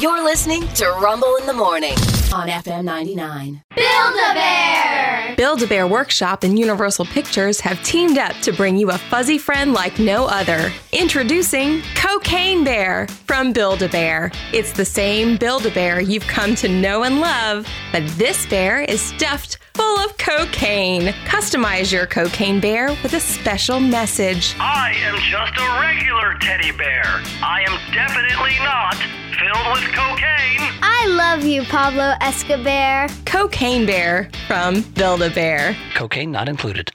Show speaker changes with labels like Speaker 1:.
Speaker 1: You're listening to Rumble in the Morning on FM 99.
Speaker 2: Build a bear!
Speaker 3: Build a Bear Workshop and Universal Pictures have teamed up to bring you a fuzzy friend like no other. Introducing Cocaine Bear from Build a Bear. It's the same Build a Bear you've come to know and love, but this bear is stuffed full of cocaine. Customize your cocaine bear with a special message.
Speaker 4: I am just a regular teddy bear. I am definitely not filled with cocaine.
Speaker 2: I love you, Pablo Escobar.
Speaker 3: Cocaine Bear from Build a Bear.
Speaker 4: Cocaine not included.